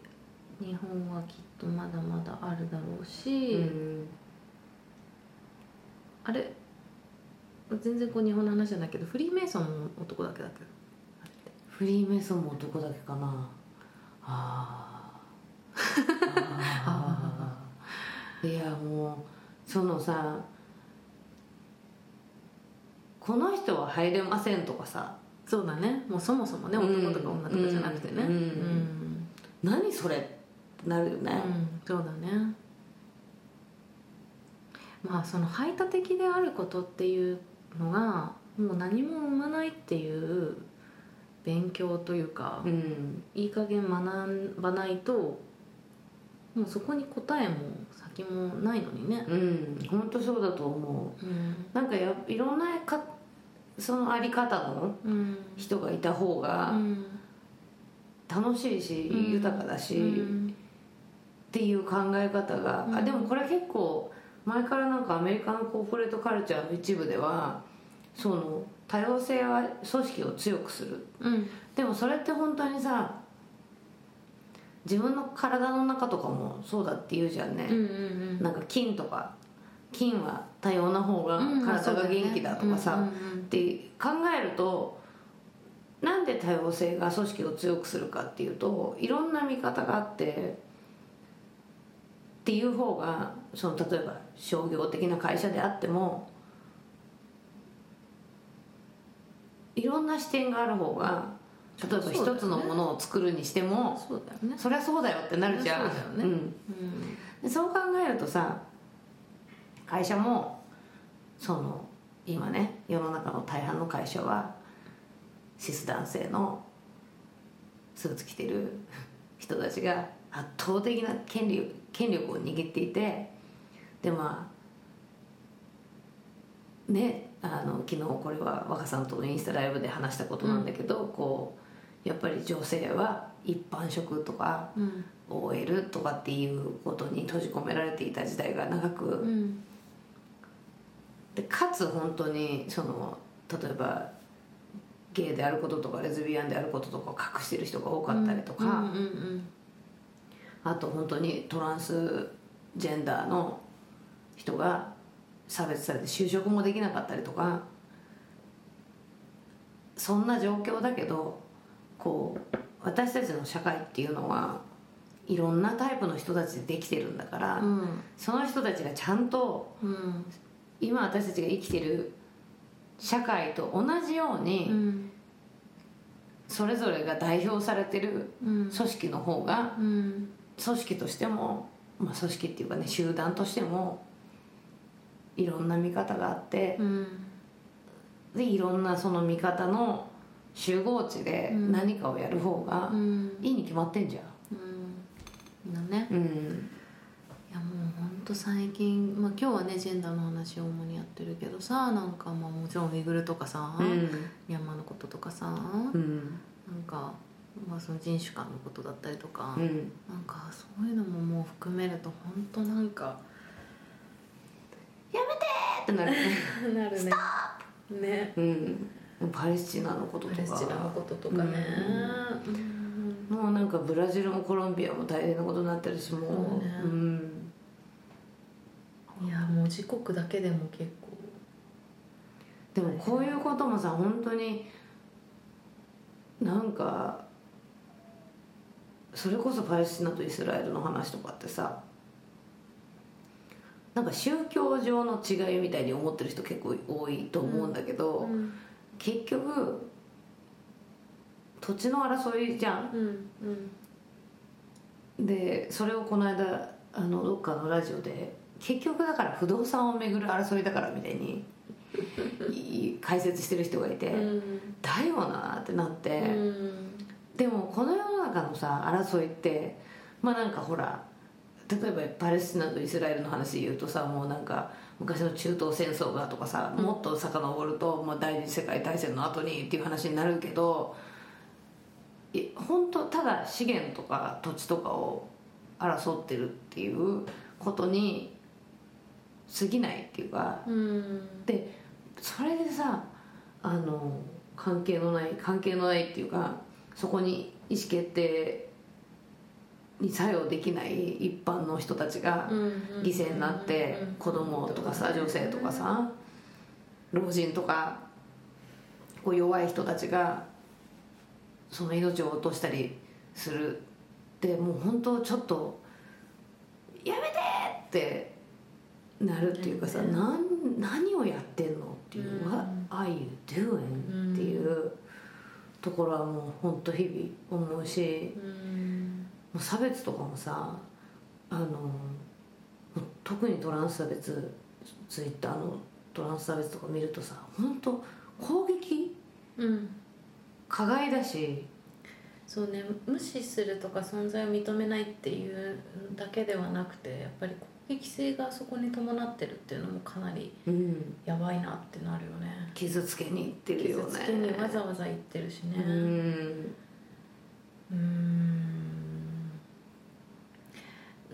S7: 日本はきっとまだまだあるだろうし、
S6: うん
S7: あれ全然こう日本の話じゃないけどフリーメイソンも男だけだけど
S6: フリーメイソンも男だけかなあ ーあーいやもうそのさこの人は入れませんとかさ
S7: そうだねもうそもそもね
S6: うん
S7: 男とか女とかじゃなくてね
S6: うん
S7: うん
S6: 何それってなるよね、
S7: うん、そうだねまあその排他的であることっていうのがもう何も生まないっていう勉強というか、
S6: うん
S7: いい加減学ばないともうそこに答えも先もないのにね、
S6: うん本当そうだと思
S7: うん
S6: うなんかやいろんなかそのあり方の
S7: うん
S6: 人がいた方
S7: う
S6: が
S7: ん
S6: 楽しいし、
S7: うん
S6: 豊かだし、
S7: うん
S6: っていう考え方が、
S7: う
S6: あ
S7: ん
S6: でもこれ結構前からなんかアメリカのコーポレートカルチャーの一部ではその多様性は組織を強くする
S7: うん
S6: でもそれって本当にさ自分の体の中とかもそうだって言うじゃんね、
S7: うんうん
S6: なんか菌とか菌は多様な方が
S7: うん
S6: 体が元気だとかさ、
S7: うんうん
S6: って考えるとなんで多様性が組織を強くするかっていうといろんな見方があってっていう方がその例えば商業的な会社であってもいろんな視点がある方が例えば
S7: そうだよ
S6: 一
S7: ね
S6: つのものを作るにしても
S7: そうだよね、
S6: そりゃそうだよってなるじゃん
S7: そりゃそうだよね
S6: うん
S7: うん
S6: でそう考えるとさ会社もその今ね世の中の大半の会社はシス男性のスーツ着てる人たちが圧倒的な権力権力を握っていてでまあねあの昨日これは若さんとのインスタライブで話したことなんだけど、こうやっぱり女性は一般職とか OL とかっていうことに閉じ込められていた時代が長く、
S7: うんうん
S6: でかつ本当にその例えばゲイであることとかレズビアンであることとかを隠してる人が多かったりとか、
S7: うんうんうん
S6: あと本当にトランスジェンダーの人が差別されて就職もできなかったりとかそんな状況だけどこう私たちの社会っていうのはいろんなタイプの人たちでできてるんだから。
S7: うん
S6: その人たちがちゃんと
S7: うん
S6: 今私たちが生きてる社会と同じよう
S7: う
S6: に
S7: ん
S6: それぞれが代表されてる
S7: うん
S6: 組織の方が
S7: うん
S6: 組織としても、まあ、組織っていうかね集団としてもいろんな見方があって
S7: うん
S6: でいろんなその見方の集合地で
S7: うん
S6: 何かをやる方が
S7: うん
S6: いいに決まってんじゃん。
S7: うんだね
S6: うん
S7: いやもうほんと最近、まあ、今日はねジェンダーの話を主にやってるけどさなんかまあもちろんウイグルとかさ、
S6: うん
S7: ミャンマーのこととかさ、
S6: うん
S7: なんか、まあ、その人種間のことだったりとか、
S6: うん
S7: なんかそういうのももう含めるとほんとなんか
S6: って なるね。
S7: なるねね
S6: うん、パレスチナのことと
S7: パ
S6: か
S7: レスチナのこととかね、うん
S6: もうなんかブラジルもコロンビアも大変なことになってるしもう
S7: そうね
S6: ん、
S7: いやもう時刻だけでも結構
S6: でもこういうこともさ本当になんかそれこそパレスチナとイスラエルの話とかってさなんか宗教上の違いみたいに思ってる人結構多いと思うんだけど、
S7: うん
S6: 結局土地の争いじゃん
S7: うんうん
S6: でそれをこの間あのどっかのラジオで結局だから不動産をめぐる争いだからみたいにい解説してる人がいて、
S7: うん
S6: だよなーってなって、
S7: うん
S6: でもこの世の中のさ争いってまあなんかほら例えばパレスチナとイスラエルの話で言うとさもうなんか昔の中東戦争がとかさもっと遡ると、もう第二次世界大戦の後にっていう話になるけどい本当ただ資源とか土地とかを争ってるっていうことに過ぎないっていうか
S7: うん
S6: それでさあの関係のない関係のないっていうかそこに意思決定に作用できない一般の人たちが
S7: うん
S6: 犠牲になって
S7: うん
S6: 子供とかさ女性とかさ老人とかこう弱い人たちがその命を落としたりするってもう本当ちょっと「やめて!」ってなるっていうかさ「なん何をやってんの?」っていう「
S7: うん
S6: What are you doing?」っていうところはもう本当日々思うし。
S7: うん
S6: もう差別とかもさあのもう特にトランス差別ツイッターのトランス差別とか見るとさ本当攻撃
S7: うん
S6: 加害だし
S7: そうね無視するとか存在を認めないっていうだけではなくてやっぱり攻撃性がそこに伴ってるっていうのもかなり
S6: うん
S7: やばいなってなるよね
S6: 傷つけにいってるよ
S7: 傷
S6: ね
S7: つけにわざわざ言ってるしね
S6: うん
S7: うーん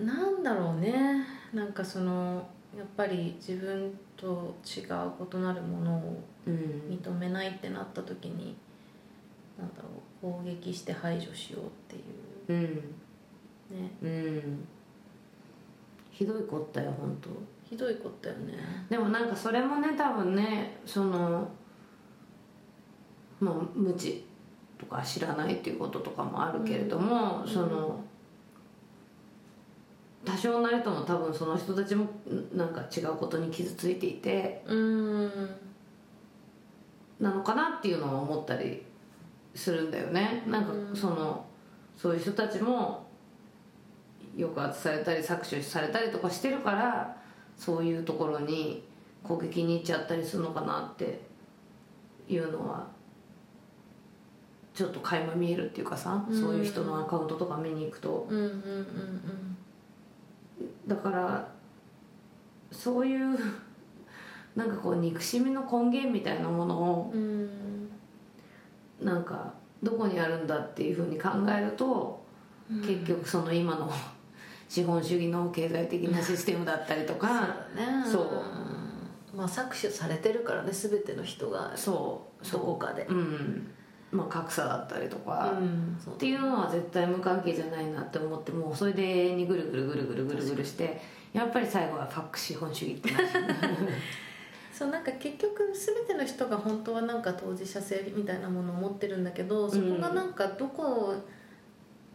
S7: なんだろうねなんかそのやっぱり自分と違う異なるものを
S6: うん
S7: 認めないってなった時になんだろう攻撃して排除しようって
S6: う
S7: い
S6: ん
S7: う
S6: う
S7: ね
S6: んひどいこったよ本当
S7: ひどいことよね
S6: でもなんかそれもね多分ねそのまあ無知とか知らないっていうこととかもあるけれども、
S7: ん
S6: その多少なりとも多分その人たちもんなんか違うことに傷ついていて
S7: うーん
S6: なのかなっていうのは思ったりするんだよねなん
S7: う
S6: か
S7: ん
S6: そのそういう人たちも抑圧されたり搾取されたりとかしてるからそういうところに攻撃に行っちゃったりするのかなっていうのはちょっと垣間見えるっていうかさ、
S7: うん
S6: そういう人のアカウントとか見に行くと
S7: うんうん
S6: だからそういうなんかこう憎しみの根源みたいなものを
S7: うんうんうん
S6: なんかどこにあるんだっていうふうに考えると、結局その今の 資本主義の経済的なシステムだったりとか、
S7: そうだね
S6: そう
S7: まあ搾取されてるからね全ての人が
S6: そうそ
S7: どこ
S6: こ
S7: かで
S6: うんまあ格差だったりとか、っ
S7: んそう
S6: ていうのは絶対無関係じゃないなって思ってもうそれで永遠にぐるぐるぐるぐるぐるぐるしてやっぱり最後はファック資本主義ってなっちゃう
S7: そうなんか結局全ての人が本当はなんか当事者性みたいなものを持ってるんだけどそこがなんかどこ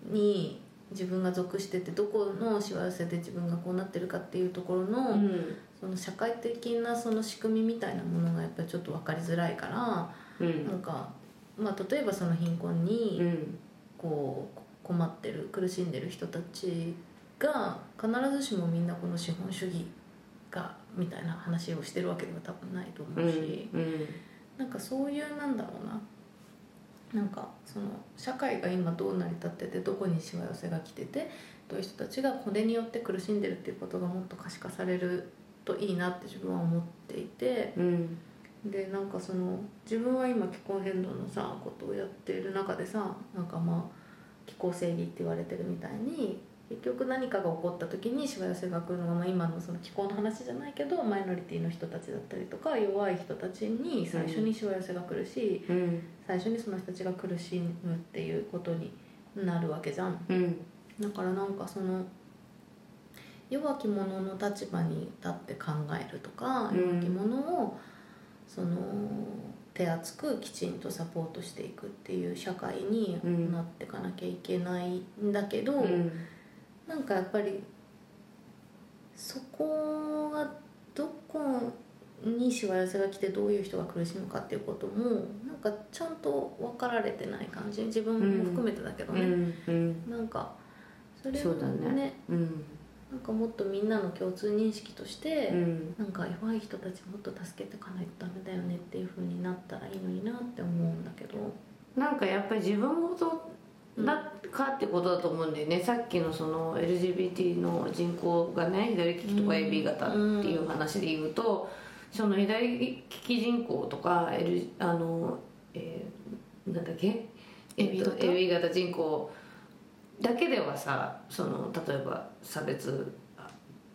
S7: に自分が属しててどこのしわ寄せで自分がこうなってるかって いうところの,、
S6: うん
S7: その社会的なその仕組みみたいなものがやっぱりちょっと分かりづらいから、
S6: う
S7: なんんか、まあ、例えばその貧困に、
S6: うん
S7: こう困ってる苦しんでる人たちが必ずしもみんなこの資本主義がみたいな話をしてるわけでは多分ないと
S6: う
S7: 思
S6: ん
S7: うし、なんかそういうなんだろうななんかその社会が今どう成り立っててどこにしわ寄せが来ててどういう人たちがこれによって苦しんでるっていうことがもっと可視化されるといいなって自分は思っていて。
S6: うん
S7: でなんかその自分は今気候変動のさことをやってる中でさなんかまあ気候正義って言われてるみたいに結局何かが起こった時にしわ寄せが来るのが、まあ、今のその気候の話じゃないけどマイノリティの人たちだったりとか弱い人たちに最初にしわ寄せが来るし、
S6: うん
S7: 最初にその人たちが苦しむっていうことになるわけじゃん。
S6: うん
S7: だからなんかその弱き者の立場に立って考えるとか、
S6: うん
S7: 弱き者をその手手厚くきちんとサポートしていくっていう社会に
S6: うん
S7: なっていかなきゃいけないんだけど、
S6: うん
S7: なんかやっぱりそこがどこにしわ寄せが来てどういう人が苦しむかっていうこともなんかちゃんと分かられてない感じ自分も含めてだけど
S6: う
S7: ね、
S6: んうん
S7: なんかそれ
S6: そ
S7: を
S6: うだね
S7: ね
S6: うん
S7: なんかもっとみんなの共通認識として、
S6: うん
S7: なんか弱い人たちもっと助けていかないとダメだよねっていう風になったらいいのになって思うんだけど、
S6: なんかやっぱり自分ごとだかってことだと思うんだよね、さっきのその LGBT の人口がね左利きとか
S7: うん
S6: AB 型っていう話で言うと、その左利き人口とか、L、あの、えーなんだっけ、えっと
S7: AB 型
S6: AB 型人口だけではさその例えば差別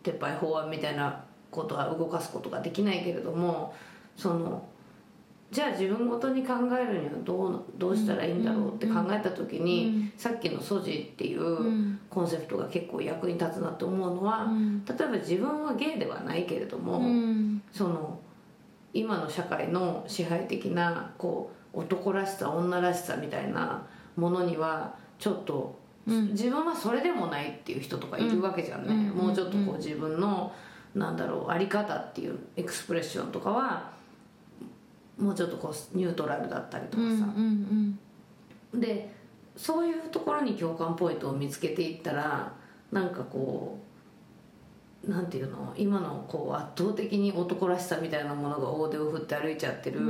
S6: 撤廃法案みたいなことは動かすことができないけれどもそのじゃあ自分ごとに考えるにはどうどうしたらいいんだろうって考えた時に、さっきの「素地」っていうコンセプトが結構役に立つなって思うのは、例えば自分はゲイではないけれども、その今の社会の支配的なこう男らしさ女らしさみたいなものにはちょっと、自分はそれでもないっていう人とかいるわけじゃんね、
S7: うん
S6: もうちょっとこう自分のなんだろうあり方っていうエクスプレッションとかはもうちょっとこうニュートラルだったりとかさ、でそういうところに共感ポイントを見つけていったらなんかこうなんていうの今のこう圧倒的に男らしさみたいなものが大手を振って歩いちゃってる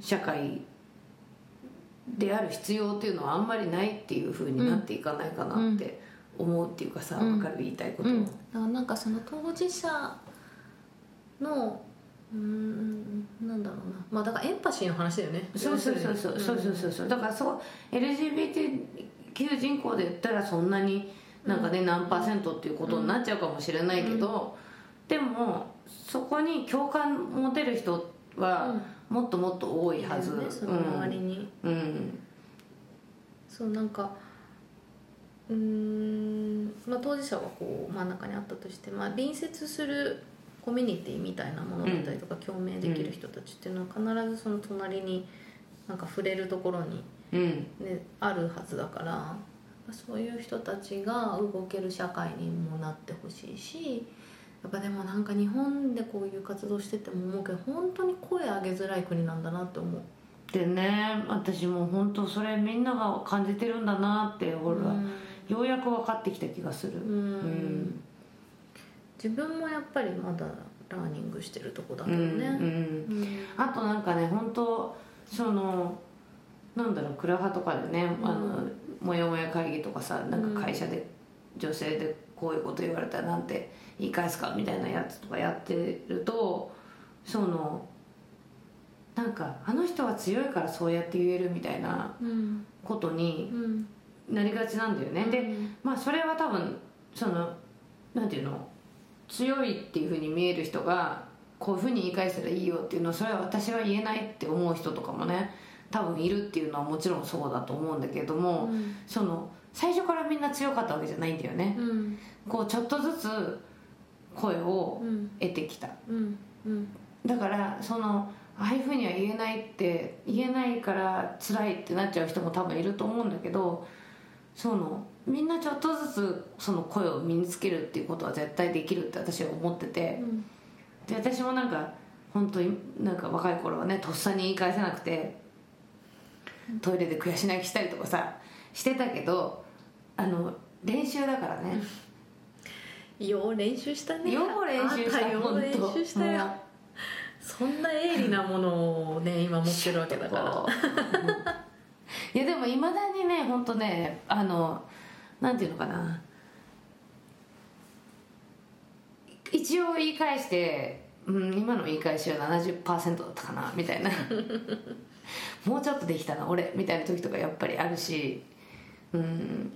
S6: 社会である必要っていうのはあんまりないっていう風になっていかないかなって思うっていうかさ
S7: うん
S6: 分かる言いたいことを
S7: うんだからなんかその当事者のうーんなんだろうなまあだからエンパシーの話だよね
S6: そうそうそうそうそうそうそうそうだからそう LGBTQ 人口で言ったらそんなになんかね、何パーセントっていうことになっちゃうかもしれないけど、でもそこに共感持てる人はもっともっと多いはず、
S7: だよねその周りに、
S6: うん、うん
S7: そうなんかうーん、まあ、当事者はこう真ん中にあったとして、まあ、隣接するコミュニティみたいなものだったりとか、共鳴できる人たちっていうのは必ずその隣になんか触れるところに、
S6: うん
S7: ね、あるはずだからそういう人たちが動ける社会にもなってほしいしやっぱでもなんか日本でこういう活動してても思うけど本当に声上げづらい国なんだなって思う。
S6: でね私も本当それみんなが感じてるんだなってほら、
S7: うん
S6: ようやく分かってきた気がする、
S7: う
S6: うん
S7: ん自分もやっぱりまだラーニングしてるとこだけど
S6: うんう
S7: ね、
S6: ん
S7: うん
S6: あとなんかね本当そのなんだろうクラハとかでね、
S7: うん
S6: あのもやもや会議とかさなんか会社で、女性でこういうこと言われたらなんて言い返すかみたいなやつとかやってるとそのなんかあの人は強いからそうやって言えるみたいな
S7: うん
S6: ことに
S7: うん
S6: なりがちなんだよね、でまあそれは多分そのなんていうの強いっていうふうに見える人がこういうふうに言い返したらいいよっていうのはそれは私は言えないって思う人とかもね多分いるっていうのはもちろんそうだと思うんだけども、
S7: うん
S6: その最初からみんな強かったわけじゃないんだよね、
S7: うん
S6: こうちょっとずつ声を
S7: うん
S6: 得てきた
S7: うんうん
S6: だからそのああいうふうには言えないって言えないから辛いってなっちゃう人も多分いると思うんだけどそのみんなちょっとずつその声を身につけるっていうことは絶対できるって私は思っててで私もなんか本当になんか若い頃はねとっさに言い返せなくてトイレで悔し泣きしたりとかさしてたけどあの練習だからね
S7: よう練習したね
S6: よう練習した
S7: あんたよう練習したよ、
S6: 本
S7: そんな鋭利なものをね今持ってるわけだから
S6: こういやでもいまだにね本当ねあのなんていうのかな一応言い返して、うん、今の言い返しは70%だったかなみた いなもうちょっとできたな俺みたいな時とかやっぱりあるし、うん、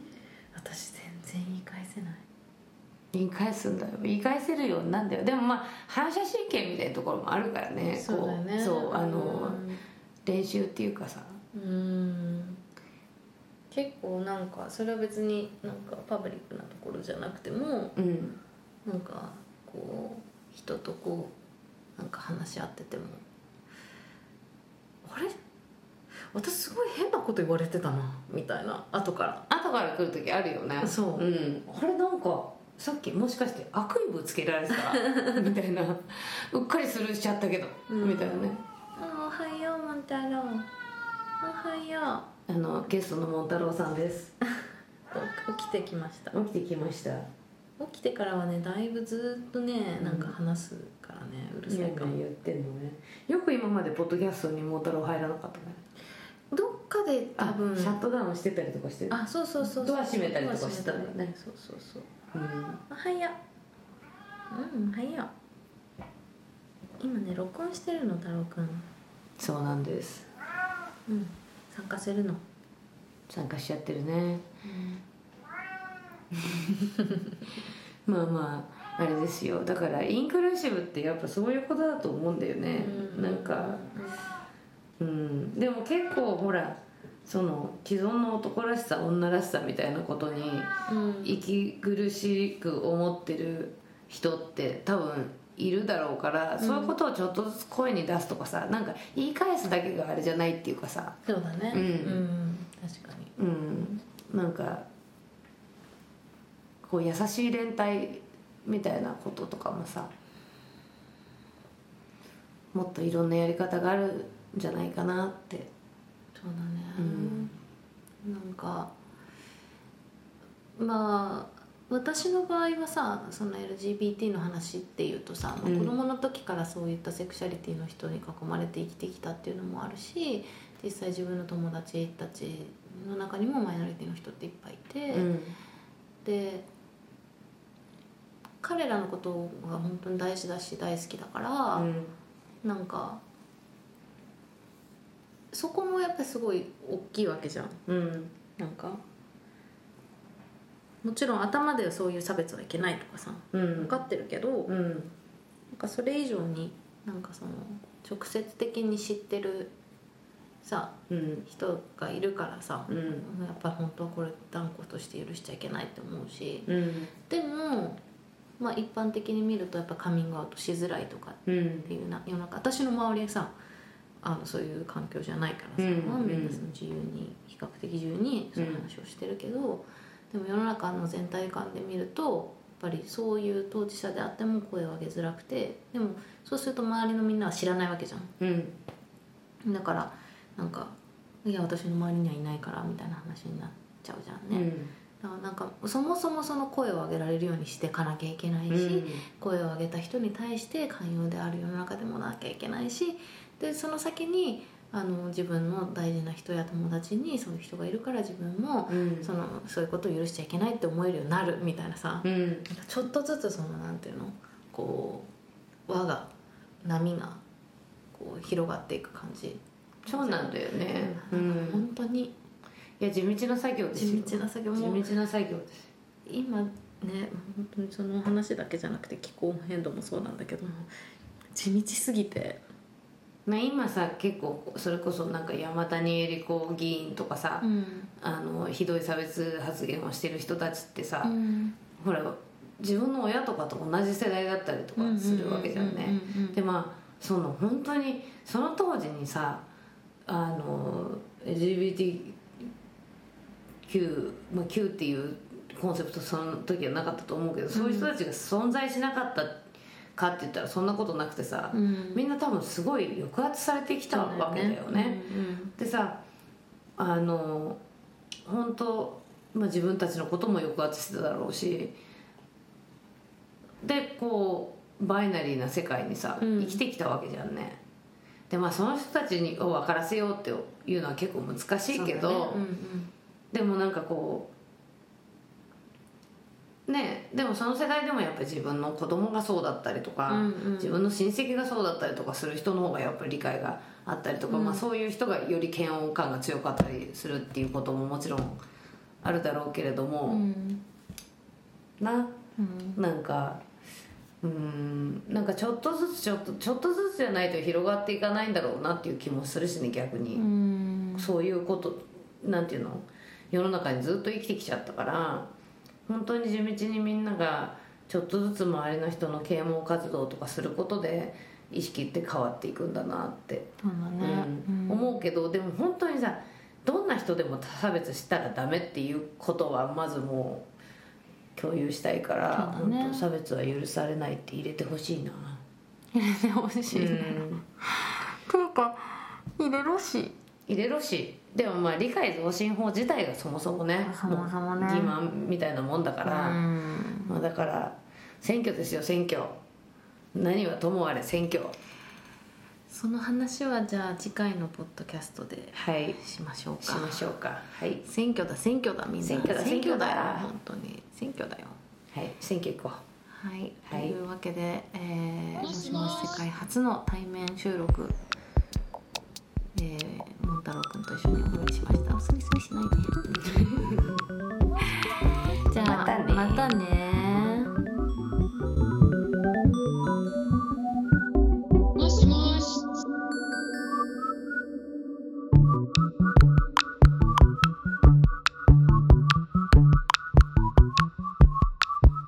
S7: 私全然言い返せない
S6: 言い返すんだよ言い返せるようになんだよでもまあ反射神経みたいなところもあるからね
S7: そうだよね
S6: こうそうあの、練習っていうかさ
S7: うん結構なんかそれは別になんかパブリックなところじゃなくても
S6: うん
S7: なんかこう人とこうなんか話し合っててもあれ私すごい変なこと言われてたなみたいな後から
S6: 後から来る時あるよね、
S7: そうん
S6: あれなんかさっきもしかして悪意ぶつけられて たみたいなうっかりスルーしちゃったけど、
S7: うん
S6: みたいなね
S7: あおはようモンタロウおはよ
S6: あのゲストのモンタロウさんです
S7: う起きてきました
S6: 起きてきました
S7: 起きてからはねだいぶずっとねなんか話すからねうる
S6: ニ
S7: さ
S6: ャ
S7: い
S6: ンニ
S7: か
S6: ャン
S7: も
S6: 言ってんのねよく今までポッドキャストにモンタロウ入らなかったね
S7: どっかで多
S6: あ、
S7: 分
S6: シャットダウンしてたりとかしてる
S7: あそうそうそうそう
S6: ドア閉めたりとかしてたんだよね
S7: ドア閉めたりそうそうそう
S6: うん
S7: おはよううんおはよう今ね録音してるの太郎くん
S6: そうなんです
S7: うん参加するの
S6: 参加しちゃってるね まあまああれですよだからインクルーシブってやっぱそういうことだと思うんだよね、なんかうんでも結構ほらその既存の男らしさ女らしさみたいなことに
S7: うん
S6: 息苦しく思ってる人って多分いるだろうから、そういうことをちょっとずつ声に出すとかさなんか言い返すだけがあれじゃないっていうかさ
S7: そうだね
S6: うん
S7: 確か
S6: う
S7: に
S6: んなんかこう優しい連帯みたいなこととかもさもっといろんなやり方があるんじゃないかなって
S7: そうだね、
S6: うん
S7: なんかまあ私の場合はさその LGBT の話っていうとさ、まあ
S6: うん
S7: 子供の時からそういったセクシャリティの人に囲まれて生きてきたっていうのもあるし実際自分の友達たちの中にもマイノリティの人っていっぱいいて、
S6: うん
S7: で彼らのことが本当に大事だし大好きだから、
S6: うん
S7: なんかそこもやっぱりすごい大きいわけじゃん
S6: うん
S7: なんかもちろん頭ではそういう差別はいけないとかさ
S6: うん
S7: 分かってるけど、
S6: う
S7: なん
S6: ん
S7: かそれ以上になんかその直接的に知ってるさ
S6: うん
S7: 人がいるからさ、
S6: うん
S7: やっぱ本当はこれ断固として許しちゃいけないって思うし
S6: うん
S7: でも、まあ、一般的に見るとやっぱカミングアウトしづらいとかっ
S6: うん
S7: っていうな世の中私の周りはさあのそういう環境じゃないからさ、
S6: うん
S7: まあみん
S6: うん
S7: なその自由に比較的自由にそういう話をしてるけど、でも世の中の全体感で見るとやっぱりそういう当事者であっても声を上げづらくてでもそうすると周りのみんなは知らないわけじゃん。
S6: うん
S7: だからなんか「いや私の周りにはいないから」みたいな話になっちゃうじゃんね。だからなんかそもそもその声を上げられるようにしてかなきゃいけないし、声を上げた人に対して寛容である世の中でもなきゃいけないしでその先にあの自分の大事な人や友達にそういう人がいるから自分も
S6: うん
S7: そのそういうことを許しちゃいけないって思えるようになるみたいなさ
S6: うん
S7: ちょっとずつそのなんていうのこう輪が波がこう広がっていく感じ、
S6: そうなんだよねう
S7: なんか
S6: ん
S7: 本当に
S6: いや地道な作業です
S7: 地
S6: よ
S7: 道な作業も
S6: 地道な作業です
S7: 今ね本当にその話だけじゃなくて気候変動もそうなんだけど地道す ぎて
S6: まあ今さ結構それこそなんか山谷恵理子議員とかさ、
S7: うん
S6: あのひどい差別発言をしてる人たちってさ、
S7: うん
S6: ほら自分の親とかと同じ世代だったりとかするわけじゃんね。でまあその本当にその当時にさあの LGBTQ、まあ、Q っていうコンセプトその時はなかったと思うけど、そういう人たちが存在しなかったかって言ったらそんなことなくてさ、
S7: うん
S6: みんな多分すごい抑圧されてきたわけだよね。でさあの本当、まあ、自分たちのことも抑圧してただろうしでこうバイナリーな世界にさ、
S7: うん
S6: 生きてきたわけじゃんねでまあその人たちにを分からせようっていうのは結構難しいけど、でもなんかこうねえでもその世代でもやっぱり自分の子供がそうだったりとか、自分の親戚がそうだったりとかする人の方がやっぱり理解があったりとか、まあ、そういう人がより嫌悪感が強かったりするっていうことももちろんあるだろうけれども、ななんかうーんなんかちょっとずつちょっとちょっとずつじゃないと広がっていかないんだろうなっていう気もするしね逆に。そういうことなんていうの世の中にずっと生きてきちゃったから本当に地道にみんながちょっとずつ周りの人の啓蒙活動とかすることで意識って変わっていくんだなって、
S7: そうだ
S6: うん
S7: ね、
S6: 思うけどでも本当にさどんな人でも差別したらダメっていうことはまずもう共有したいから、
S7: そうだね
S6: 本当差別は許されないって入れてほしいな。
S7: 入れてほしい、
S6: うん
S7: ていうか入れろし
S6: 入れろしでもまあ理解増進法自体がそもそもね
S7: そもそもね
S6: う欺瞞みたいなもんだか
S7: う
S6: ら、
S7: ん
S6: まあ、だから選挙ですよ選挙何はともあれ選挙
S7: その話はじゃあ次回のポッドキャストで
S6: はい
S7: しましょう
S6: し
S7: か
S6: ましょうかはい、
S7: 選挙だ選挙だみんな
S6: 選挙だ
S7: 選挙だ
S6: 選
S7: よ
S6: 挙だ
S7: 本当に選挙だよ
S6: はい、選挙行こ
S7: はい、
S6: はい
S7: というわけで、えー、も
S2: も
S7: し
S2: し
S7: も
S2: もし
S7: し世界初の対面収録えー、モンタロウくんと一緒にお送りしましたおすみすみしないで じゃあ
S6: またね
S7: またね
S2: もしもし。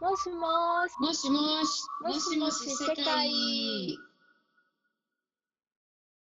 S2: もしもし。もしもし。もしもし世界。